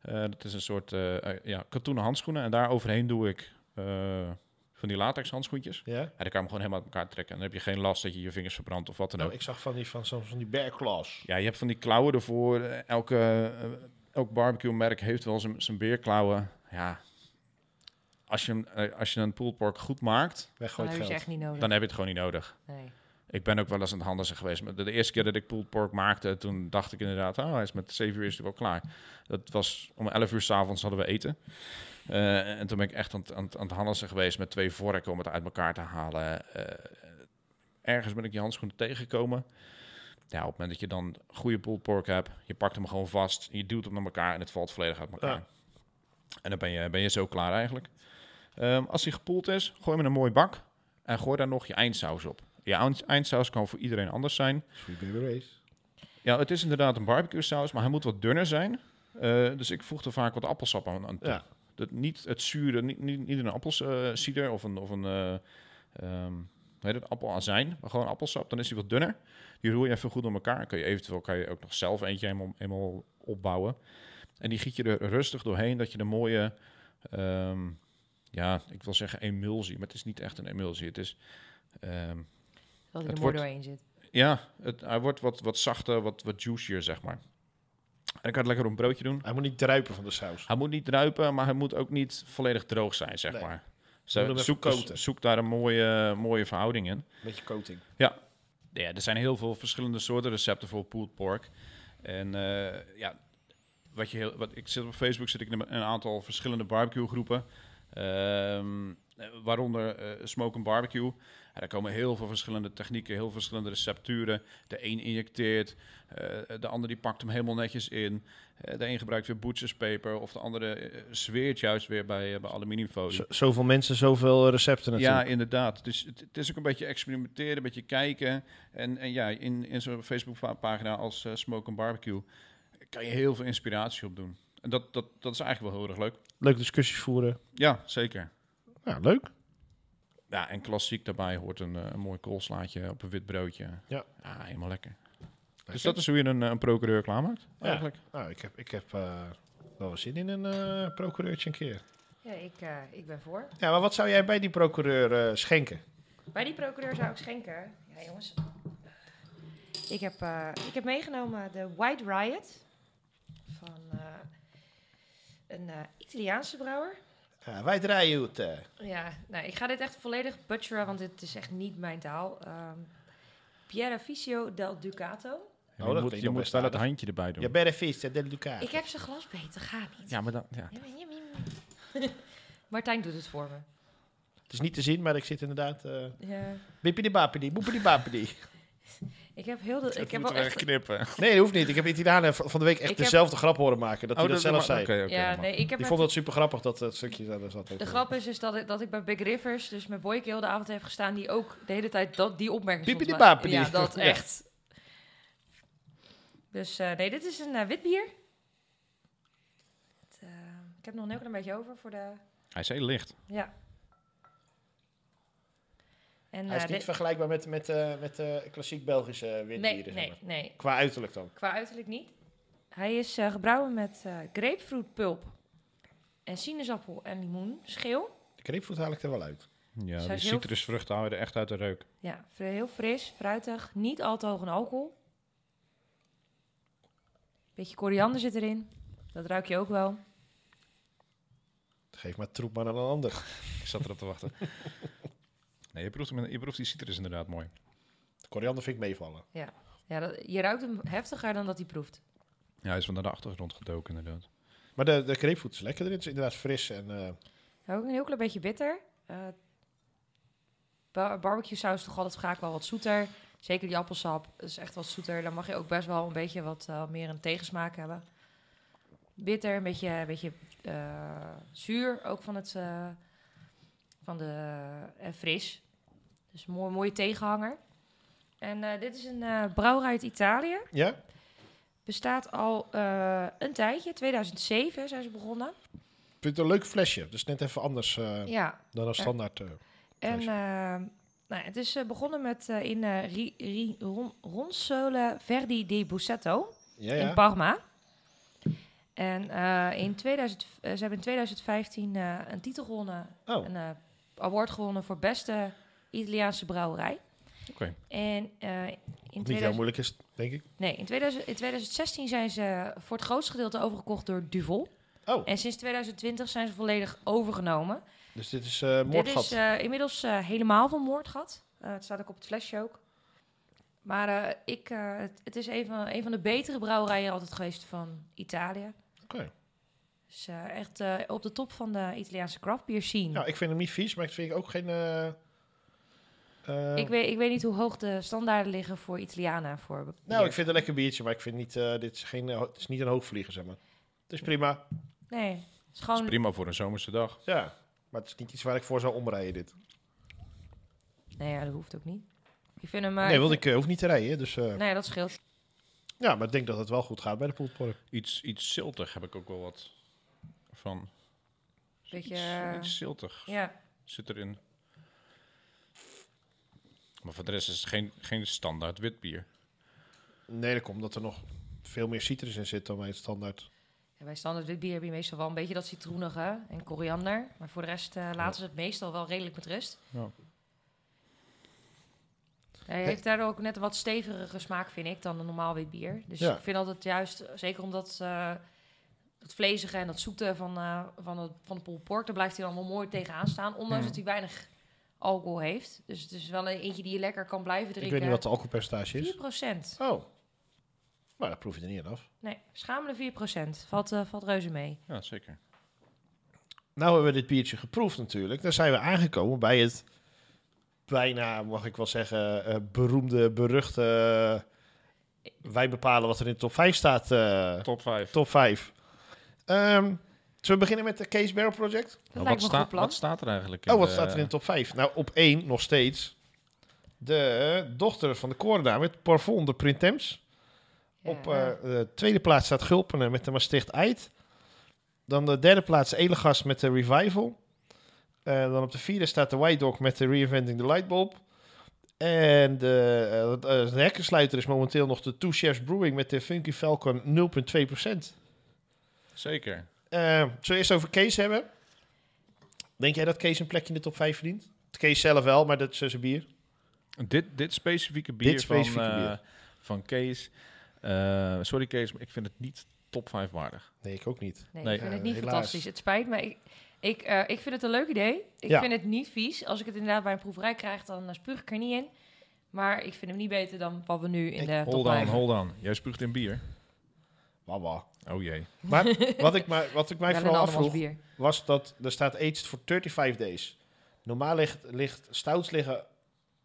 Speaker 3: Eh, dat is een soort eh, eh, ja, katoenen handschoenen. En daar overheen doe ik eh, van die latex handschoentjes.
Speaker 1: ja?
Speaker 3: En dan kan je hem gewoon helemaal uit elkaar trekken. En dan heb je geen last dat je je vingers verbrandt of wat dan ook.
Speaker 1: Nou, ik zag van die, van, zo'n- van die bear claws.
Speaker 3: Ja, je hebt van die klauwen ervoor. Eh, Elke, eh, elk barbecue-merk heeft wel zijn- zijn beerklauwen. Ja, als je, hem, eh, als je een pulled goed maakt,
Speaker 2: Dan
Speaker 1: Weggooit
Speaker 2: heb je ze
Speaker 1: geld.
Speaker 2: echt niet nodig.
Speaker 3: dan heb je het gewoon niet nodig.
Speaker 2: Nee.
Speaker 3: Ik ben ook wel eens aan het handelen geweest. Maar de de eerste keer dat ik pulled pork maakte, toen dacht ik inderdaad, oh, hij is met 7 uur is hij wel klaar. Dat was om 11 uur s'avonds hadden we eten. Eh, en toen ben ik echt aan, het- aan, het- aan het handelen geweest met twee vorken om het uit elkaar te halen. Eh, ergens ben ik die handschoenen tegengekomen. Ja, op het moment dat je dan goede pulled pork hebt, je pakt hem gewoon vast, je duwt hem naar elkaar en het valt volledig uit elkaar.
Speaker 1: Ja.
Speaker 3: En dan ben je, ben je zo klaar eigenlijk. Ehm, als hij gepoeld is, gooi hem in een mooie bak en gooi daar nog je eindsaus op. Je eind- eindsaus kan voor iedereen anders zijn.
Speaker 1: Sweet baby race.
Speaker 3: Ja, het is inderdaad een barbecue saus, maar hij moet wat dunner zijn. Eh, dus ik voeg er vaak wat appelsap aan, aan toe.
Speaker 1: Ja.
Speaker 3: Dat, niet het zure, niet, niet, niet een appelsieder of een, of een eh ehm, hoe heet het, appelazijn, maar gewoon appelsap. Dan is hij wat dunner. Die roer je even goed door elkaar. Kun je eventueel kan je ook nog zelf eentje helemaal, helemaal opbouwen. En die giet je er rustig doorheen, dat je de mooie, ehm, ja, ik wil zeggen emulsie, maar het is niet echt een emulsie. Het is, ehm,
Speaker 2: Dat hij
Speaker 3: Het
Speaker 2: er mooi
Speaker 3: wordt-
Speaker 2: doorheen zit.
Speaker 3: ja, het, hij wordt wat, wat zachter, wat, wat juicier, zeg maar. En ik had lekker op een broodje doen.
Speaker 1: Hij moet niet druipen van de saus.
Speaker 3: Hij moet niet druipen, maar hij moet ook niet volledig droog zijn, zeg
Speaker 1: Nee.
Speaker 3: maar.
Speaker 1: moet
Speaker 3: Zo,
Speaker 1: hem even
Speaker 3: zoek,
Speaker 1: coaten.
Speaker 3: zoek daar een mooie, mooie verhouding in.
Speaker 1: Beetje coating.
Speaker 3: Ja, er zijn heel veel verschillende soorten recepten voor pulled pork. En eh, ja, wat je heel, wat, ik zit op Facebook zit ik in een aantal verschillende barbecue groepen. Ehm, eh, waaronder eh Smoke and Barbecue. En daar komen heel veel verschillende technieken, heel veel verschillende recepturen. De een injecteert, eh, de ander die pakt hem helemaal netjes in. Eh, de een gebruikt weer butcherspaper of de andere eh, zweert juist weer bij, eh, bij aluminiumfolie.
Speaker 1: zoveel mensen, zoveel eh, recepten
Speaker 3: Ja, inderdaad. Dus het, het is ook een beetje experimenteren, een beetje kijken. En, en ja, in, in zo'n Facebookpagina als eh, Smoke and Barbecue kan je heel veel inspiratie opdoen. En dat, dat, dat is eigenlijk wel heel erg leuk.
Speaker 1: Leuke discussies voeren.
Speaker 3: Ja, zeker.
Speaker 1: Ja, leuk.
Speaker 3: Ja, en klassiek daarbij hoort een, eh, een mooi koolslaatje op een wit broodje.
Speaker 1: Ja.
Speaker 3: helemaal lekker. Dus dat is hoe je een, eh, een procureur klaarmaakt,
Speaker 1: Ja.
Speaker 3: eigenlijk.
Speaker 1: Nou, ik heb, ik heb eh, wel wat zin in een eh, procureurtje een keer.
Speaker 2: Ja, ik, eh, ik ben voor.
Speaker 1: Ja, maar wat zou jij bij die procureur eh, schenken?
Speaker 2: Bij die procureur zou ik schenken. Ja, jongens. Ik heb, eh, ik heb meegenomen de White Riot. Van eh, een eh, Italiaanse brouwer.
Speaker 1: Ja, wij draaien het. eh.
Speaker 2: Ja, nou, ik ga dit echt volledig butcheren, want dit is echt niet mijn taal. Ehm Ficio del Ducato.
Speaker 1: dat
Speaker 3: je
Speaker 1: klinkt
Speaker 3: moet, je
Speaker 1: nog
Speaker 3: moet
Speaker 1: best
Speaker 3: daar dat
Speaker 1: aardig.
Speaker 3: handje erbij doen.
Speaker 1: Ja, Berrevis, eh, Del Ducato.
Speaker 2: Ik heb zijn glas beter, ga niet.
Speaker 3: Ja, maar dan... Ja.
Speaker 2: Jim, jim, jim. *laughs* Martijn doet het voor me.
Speaker 1: Het is niet te zien, maar ik zit inderdaad... eh
Speaker 2: Ja.
Speaker 1: bippidi bapidi, boepidi bapidi.
Speaker 2: Ik heb heel de, ik heb
Speaker 3: moeten
Speaker 2: wel
Speaker 3: we
Speaker 2: echt
Speaker 3: echt knippen.
Speaker 1: *laughs* Nee, dat hoeft niet. Ik heb Italianen v- van de week echt
Speaker 2: Ik heb-
Speaker 1: dezelfde grap horen maken.
Speaker 2: Oh,
Speaker 1: Dat hij dat, zelf zei.
Speaker 3: Oké, oké,
Speaker 2: ja,
Speaker 3: dan mag.
Speaker 2: nee, ik heb
Speaker 1: Die
Speaker 2: echt-
Speaker 1: vond dat super grappig, dat dat stukje daar zat. ook
Speaker 2: De
Speaker 1: in.
Speaker 2: grap is, is dat, ik, dat ik bij Big Rivers, dus mijn boyke heel de avond heeft gestaan, die ook de hele tijd dat, die opmerking stond
Speaker 1: Piepidi
Speaker 2: te maken.
Speaker 1: papidi.
Speaker 2: Ja, dat
Speaker 1: *laughs* Ja.
Speaker 2: echt. Dus eh, nee, dit is een eh, wit bier. Het, eh, ik heb nog een heel klein beetje over voor de...
Speaker 3: Hij is heel licht.
Speaker 2: Ja. En,
Speaker 1: Hij is
Speaker 2: eh,
Speaker 1: niet
Speaker 2: dit-
Speaker 1: vergelijkbaar met, met, eh, met eh, klassiek Belgische witbieren.
Speaker 2: Nee,
Speaker 1: zeg
Speaker 2: nee,
Speaker 1: maar.
Speaker 2: nee.
Speaker 1: Qua uiterlijk dan.
Speaker 2: Qua uiterlijk niet. Hij is eh, gebrouwen met eh grapefruitpulp en sinaasappel en limoen, schil.
Speaker 1: De grapefruit haal ik er wel uit.
Speaker 3: Ja,
Speaker 2: Zou
Speaker 3: die
Speaker 2: ik heel-
Speaker 3: citrusvruchten houden echt uit de reuk.
Speaker 2: Ja, fr- heel fris, fruitig, niet al te hoog in alcohol. Beetje koriander zit erin. Dat ruik je ook wel.
Speaker 1: Geef maar troep maar aan een ander.
Speaker 3: Ik zat erop te *laughs* wachten. Nee, je proeft, hem, in- je proeft die citrus inderdaad mooi.
Speaker 1: De koriander vind ik meevallen.
Speaker 2: Ja, dat, je ruikt hem heftiger dan dat hij proeft.
Speaker 3: Ja, hij is van naar de achtergrond gedoken inderdaad.
Speaker 1: Maar de, de grapefruit is lekker erin. Het is inderdaad fris. En, eh,
Speaker 2: Ook een heel klein beetje bitter. Eh, ba- barbecue saus is toch altijd vaak wel wat zoeter. Zeker die appelsap is echt wat zoeter. Dan mag je ook best wel een beetje wat eh, meer een tegensmaak hebben. Bitter, een beetje, een beetje eh, zuur ook van, het, eh, van de eh, fris. Dus een mooi, mooie tegenhanger. En eh, dit is een eh brouwer uit Italië.
Speaker 1: Ja?
Speaker 2: Bestaat al eh, een tijdje, 2007 zijn ze begonnen.
Speaker 1: Ik vind het een leuk flesje. Dus net even anders eh,
Speaker 2: Ja,
Speaker 1: dan een standaard. eh.
Speaker 2: En
Speaker 1: Thuis.
Speaker 2: ehm, nou, het is eh, begonnen met eh, in eh Ri, Ri- Ron- Ronsola Verdi di Bussetto
Speaker 1: ja,
Speaker 2: in
Speaker 1: ja.
Speaker 2: Parma. En eh, in 2000, eh, ze hebben in 2015 eh, een titel gewonnen,
Speaker 1: Oh,
Speaker 2: een eh, award gewonnen voor beste Italiaanse brouwerij.
Speaker 3: Oké.
Speaker 2: En eh, in,
Speaker 1: wat niet heel
Speaker 2: 2000,
Speaker 1: moeilijk is, denk ik.
Speaker 2: nee, in, 2000, in 2016 zijn ze voor het grootste gedeelte overgekocht door Duvel.
Speaker 1: Oh,
Speaker 2: En sinds 2020 zijn ze volledig overgenomen.
Speaker 1: dus dit is eh
Speaker 2: Dit
Speaker 1: moordgat.
Speaker 2: is eh, inmiddels eh, helemaal van moordgat. Eh, het staat ook op het flesje ook. Maar eh, ik, eh, het, het is een van, een van de betere brouwerijen altijd geweest van Italië.
Speaker 1: Oké.
Speaker 2: Dus eh, echt eh, op de top van de Italiaanse craft beer scene.
Speaker 1: Nou, ik vind hem niet vies, maar ik vind ook geen... eh, eh,
Speaker 2: ik, weet, ik weet niet hoe hoog de standaarden liggen voor Italianen. eh, Voor bier.
Speaker 1: nou, ik vind het een lekker biertje, maar ik vind niet... eh, dit is geen, eh, ho- het is niet een hoogvlieger, zeg maar. Het is prima,
Speaker 2: Nee, het is
Speaker 3: Dat is
Speaker 2: gewoon...
Speaker 3: prima voor een zomerse dag.
Speaker 1: ja. Maar het is niet iets waar ik voor zou omrijden, dit.
Speaker 2: Nee, ja, dat hoeft ook niet. Ik vind hem... eh,
Speaker 1: nee, want
Speaker 2: vind-
Speaker 1: ik eh, hoef niet te rijden, dus... eh,
Speaker 2: Nee, dat scheelt.
Speaker 1: Ja, maar ik denk dat het wel goed gaat bij de poelpork.
Speaker 3: Iets, iets ziltig heb ik ook wel wat van.
Speaker 2: Beetje,
Speaker 3: Iets,
Speaker 2: eh,
Speaker 3: iets ziltig
Speaker 2: Ja,
Speaker 3: zit erin. Maar voor de rest is het geen, geen standaard wit bier.
Speaker 1: Nee, dat komt omdat er nog veel meer citrus in zit dan bij het standaard.
Speaker 2: en bij standaard wit bier heb je meestal wel een beetje dat citroenige en koriander. Maar voor de rest eh, laten ze het meestal wel redelijk met rust. Hij heeft daardoor ook net een wat stevigere smaak, vind ik, dan een normaal wit bier. Dus
Speaker 1: Ja.
Speaker 2: ik vind altijd juist, zeker omdat eh dat vlezige en dat zoete van, eh, van, het, van de pulled pork, daar blijft hij dan wel mooi tegenaan staan. Ondanks
Speaker 3: Mm.
Speaker 2: dat hij weinig alcohol heeft. Dus het is wel een eentje die je lekker kan blijven
Speaker 1: Ik
Speaker 2: drinken.
Speaker 1: weet niet wat de alcoholpercentage is.
Speaker 2: 4%.
Speaker 1: Oh. Maar dat proef je er niet aan af.
Speaker 2: Nee, schamele 4%. Valt, eh, valt reuze mee.
Speaker 3: Ja, zeker.
Speaker 1: Nou hebben we dit biertje geproefd natuurlijk. Dan zijn we aangekomen bij het bijna, mag ik wel zeggen, eh, beroemde, beruchte... eh, wij bepalen wat er in de top 5 staat. eh,
Speaker 3: Top 5.
Speaker 1: top 5. Ehm, zullen we beginnen met de Case Barrel Project?
Speaker 2: Dat lijkt me een goed plan.
Speaker 3: Nou, wat staat er eigenlijk
Speaker 1: oh, Nou, wat staat er
Speaker 3: eh,
Speaker 1: in de top 5? Nou, op 1 nog steeds. De dochter van de Corda met Parfum de Printemps.
Speaker 2: Ja.
Speaker 1: Op eh, de tweede plaats staat Gulpenen met de Maastricht Eid. Dan de derde plaats Elegast met de Revival. Eh, dan op de vierde staat de White Dog met de Reinventing the Lightbulb. En de, eh, eh, de hekkensluiter is momenteel nog de Two Chefs Brewing met de Funky Falcon 0,2%.
Speaker 3: Zeker.
Speaker 1: Eh, zullen we eerst over Kees hebben? Denk jij dat Kees een plekje in de top 5 verdient? Kees zelf wel, maar dat is zijn bier.
Speaker 3: Dit, dit specifieke bier,
Speaker 1: Dit specifieke
Speaker 3: van, eh,
Speaker 1: bier.
Speaker 3: van Kees. Eh, sorry Kees, maar ik vind het niet top 5 waardig.
Speaker 1: Nee, ik ook niet.
Speaker 2: Nee,
Speaker 3: Nee.
Speaker 2: ik vind
Speaker 1: Eh,
Speaker 2: het niet
Speaker 1: helaas.
Speaker 2: fantastisch. Het spijt me. Ik, ik, eh, ik vind het een leuk idee. Ik
Speaker 1: Ja.
Speaker 2: vind het niet vies. Als ik het inderdaad bij een proeverij krijg, dan eh, spuug ik er niet in. Maar ik vind hem niet beter dan wat we nu in
Speaker 1: Ik-
Speaker 2: de top
Speaker 3: Hold on,
Speaker 2: hebben.
Speaker 3: hold on. Jij spuugt in bier.
Speaker 1: Wawa.
Speaker 3: Oh jee.
Speaker 2: *laughs*
Speaker 1: Maar wat ik, maar, wat ik mij
Speaker 2: Wel een
Speaker 1: vooral
Speaker 2: andermans
Speaker 1: afvroeg,
Speaker 2: bier.
Speaker 1: was dat er staat aged voor 35 days. Normaal ligt, ligt stouts liggen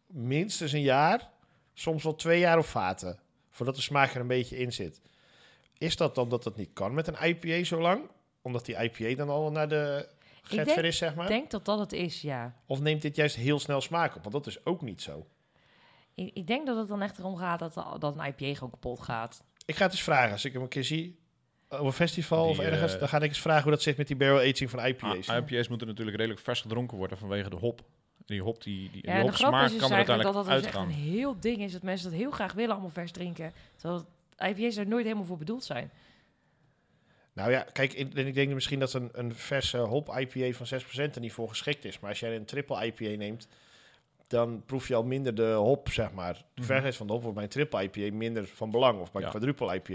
Speaker 1: minstens een jaar, soms wel twee jaar of vaten, voordat de smaak er een beetje in zit. Is dat dan dat dat niet kan met een IPA zo lang? Omdat die IPA dan al naar de
Speaker 2: denk-
Speaker 1: getver is, zeg
Speaker 2: Ik
Speaker 1: maar?
Speaker 2: denk dat dat het is, ja.
Speaker 1: Of neemt dit juist heel snel smaak op? Want dat is ook niet zo.
Speaker 2: Ik, ik denk dat het dan echt erom gaat dat, dat een IPA gewoon kapot gaat.
Speaker 1: Ik ga het eens vragen. Als ik hem een keer zie op een festival
Speaker 3: Die,
Speaker 1: of ergens,
Speaker 3: eh,
Speaker 1: dan ga ik eens vragen hoe dat zit met die barrel aging van
Speaker 3: Ah,
Speaker 1: IPA's.
Speaker 3: IPA's moeten natuurlijk redelijk vers gedronken worden vanwege de hop. Die hop, die, die,
Speaker 2: Ja,
Speaker 3: die
Speaker 2: en de grap
Speaker 3: hopsmaak
Speaker 2: is dus
Speaker 3: kan er
Speaker 2: eigenlijk dat
Speaker 3: uiteindelijk
Speaker 2: dat dus echt een
Speaker 3: uitgaan.
Speaker 2: heel ding is. Dat mensen dat heel graag willen, allemaal vers drinken. Terwijl IPA's er nooit helemaal voor bedoeld zijn.
Speaker 1: Nou ja, kijk, ik, ik denk misschien dat een, een verse hop IPA van 6% er niet voor geschikt is. Maar als jij een triple IPA neemt, dan proef je al minder de hop, zeg maar. De
Speaker 3: Mhm.
Speaker 1: versheid van de hop wordt bij een triple IPA minder van belang. Of bij een
Speaker 3: Ja.
Speaker 1: quadruple IPA.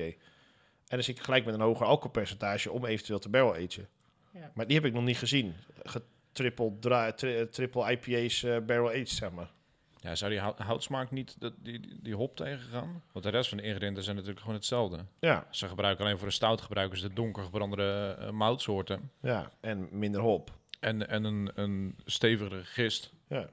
Speaker 1: En dan zit je gelijk met een hoger alcoholpercentage om eventueel te barrel agen.
Speaker 2: Ja.
Speaker 1: Maar die heb ik nog niet gezien. Getriple, dra- tri- triple IPA's eh, barrel aged, zeg maar.
Speaker 3: Ja, zou die hout- houtsmaak niet dat, die, die, die hop tegengaan? Want de rest van de ingrediënten zijn natuurlijk gewoon hetzelfde.
Speaker 1: Ja,
Speaker 3: Ze gebruiken alleen voor de stout gebruiken ze de donker gebrande eh, moutsoorten.
Speaker 1: ja. En minder hop.
Speaker 3: En, en een, een stevigere gist.
Speaker 1: Ja.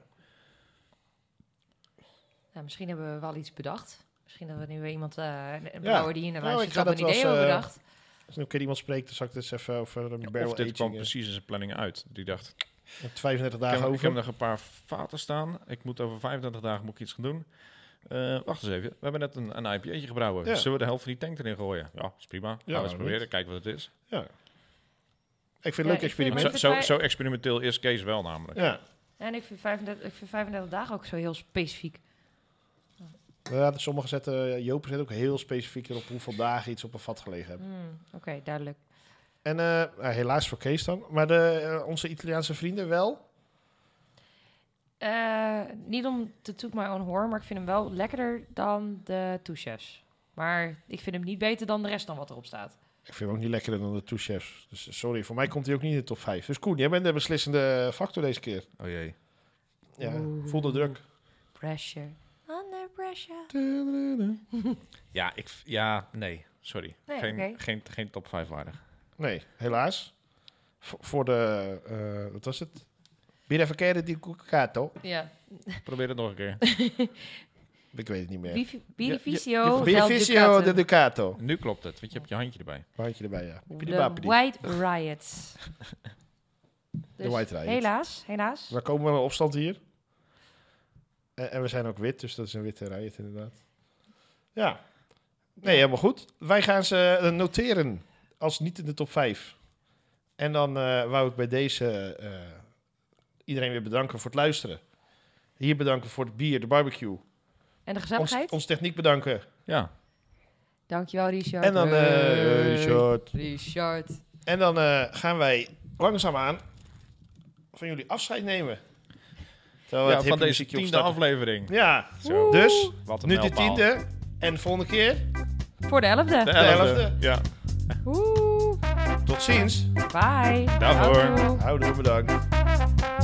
Speaker 2: Nou, misschien hebben we wel iets bedacht. Misschien dat we nu weer iemand, eh een een
Speaker 1: Ja.
Speaker 2: brouwer die in de
Speaker 1: Nou,
Speaker 2: wijze
Speaker 1: ik
Speaker 2: zelf
Speaker 1: ga
Speaker 2: een
Speaker 1: dat wel eens,
Speaker 2: idee hebben
Speaker 1: eh,
Speaker 2: bedacht.
Speaker 1: Als nu een keer iemand spreekt, dan zal ik dus even over een barrel
Speaker 3: Of dit kwam
Speaker 1: aging. eh,
Speaker 3: precies in zijn planning uit. Die dacht,
Speaker 1: Ik heb 35
Speaker 3: ik
Speaker 1: dagen
Speaker 3: heb, ik heb
Speaker 1: over.
Speaker 3: nog een paar vaten staan. Ik moet over 25 dagen moet ik iets gaan doen. Eh, wacht eens even. We hebben net een, een IPA'tje gebrouwen.
Speaker 1: Ja.
Speaker 3: Zullen we de helft van die tank erin gooien? Ja, is prima. Gaan we eens
Speaker 1: waarom
Speaker 3: proberen.
Speaker 1: niet?
Speaker 3: Kijken wat het is.
Speaker 1: Ja. Ik vind het
Speaker 2: Ja,
Speaker 1: leuk
Speaker 2: ik vind
Speaker 1: experiment.
Speaker 3: Zo,
Speaker 2: het-
Speaker 3: zo, zo experimenteel is Kees wel namelijk.
Speaker 1: Ja,
Speaker 2: En ik vind, 35, ik vind 35 dagen ook zo heel specifiek.
Speaker 1: we hadden sommige zetten, Jopen zet ook heel specifiek erop hoeveel dagen iets op een vat gelegen hebben.
Speaker 2: Hmm, Oké, duidelijk.
Speaker 1: En eh, nou, helaas voor Kees dan, maar de, eh, onze Italiaanse vrienden wel.
Speaker 2: Eh, niet om te toet my own horn, maar ik vind hem wel lekkerder dan de touchefs. Maar ik vind hem niet beter dan de rest dan wat erop staat.
Speaker 1: Ik vind hem ook niet lekkerder dan de two chefs. Dus eh, sorry, voor mij komt hij ook niet in de top 5. Dus Koen, jij bent de beslissende factor deze keer.
Speaker 3: Oh jee.
Speaker 1: Ja,
Speaker 2: Oeh.
Speaker 1: voel de druk.
Speaker 2: Pressure. Under pressure.
Speaker 3: Ja, ik, v- ja nee. Sorry.
Speaker 2: Nee,
Speaker 3: geen,
Speaker 2: oké.
Speaker 3: geen, geen top 5 waardig.
Speaker 1: Nee, helaas. V- voor de, eh, wat was het? Bier even keren di cucato.
Speaker 2: Ja.
Speaker 3: Probeer het nog een keer.
Speaker 1: Ik weet het niet meer.
Speaker 2: Bif- Beneficio.
Speaker 3: Ja, ja, ja.
Speaker 2: Del
Speaker 1: Beneficio de
Speaker 2: Ducato.
Speaker 1: Ducato.
Speaker 3: nu klopt het, want je hebt je handje erbij.
Speaker 1: Handje erbij, ja.
Speaker 2: De White Riots.
Speaker 1: De White Riot.
Speaker 2: Helaas, helaas.
Speaker 1: We komen met opstand hier. En, en we zijn ook wit, dus dat is een witte riot inderdaad. Ja. Nee, helemaal goed. Wij gaan ze eh, noteren als niet in de top 5. En dan eh, wou ik bij deze eh, iedereen weer bedanken voor het luisteren. Hier bedanken voor het bier, de barbecue.
Speaker 2: En de
Speaker 1: Ons,
Speaker 2: gezelligheid?
Speaker 1: ons techniek bedanken.
Speaker 3: Ja.
Speaker 2: Dankjewel, Richard.
Speaker 1: En dan, eh,
Speaker 2: Hey,
Speaker 1: Richard.
Speaker 2: Richard.
Speaker 1: En dan eh, gaan wij langzaamaan van jullie afscheid nemen. Terwijl we
Speaker 3: Ja,
Speaker 1: het
Speaker 3: van
Speaker 1: hippe
Speaker 3: deze
Speaker 1: muziekje
Speaker 3: tiende
Speaker 1: opstarten.
Speaker 3: aflevering.
Speaker 1: Ja,
Speaker 3: Zo.
Speaker 1: dus
Speaker 3: Wat een
Speaker 1: nu de
Speaker 3: mijlpaal.
Speaker 1: tiende. En de volgende keer,
Speaker 2: Voor de elfde.
Speaker 3: De
Speaker 1: elfde.
Speaker 3: elfde. Ja.
Speaker 2: Oeh.
Speaker 1: tot ziens.
Speaker 2: Bye.
Speaker 3: Dag hoor.
Speaker 2: Houdoe.
Speaker 1: Houden we bedankt.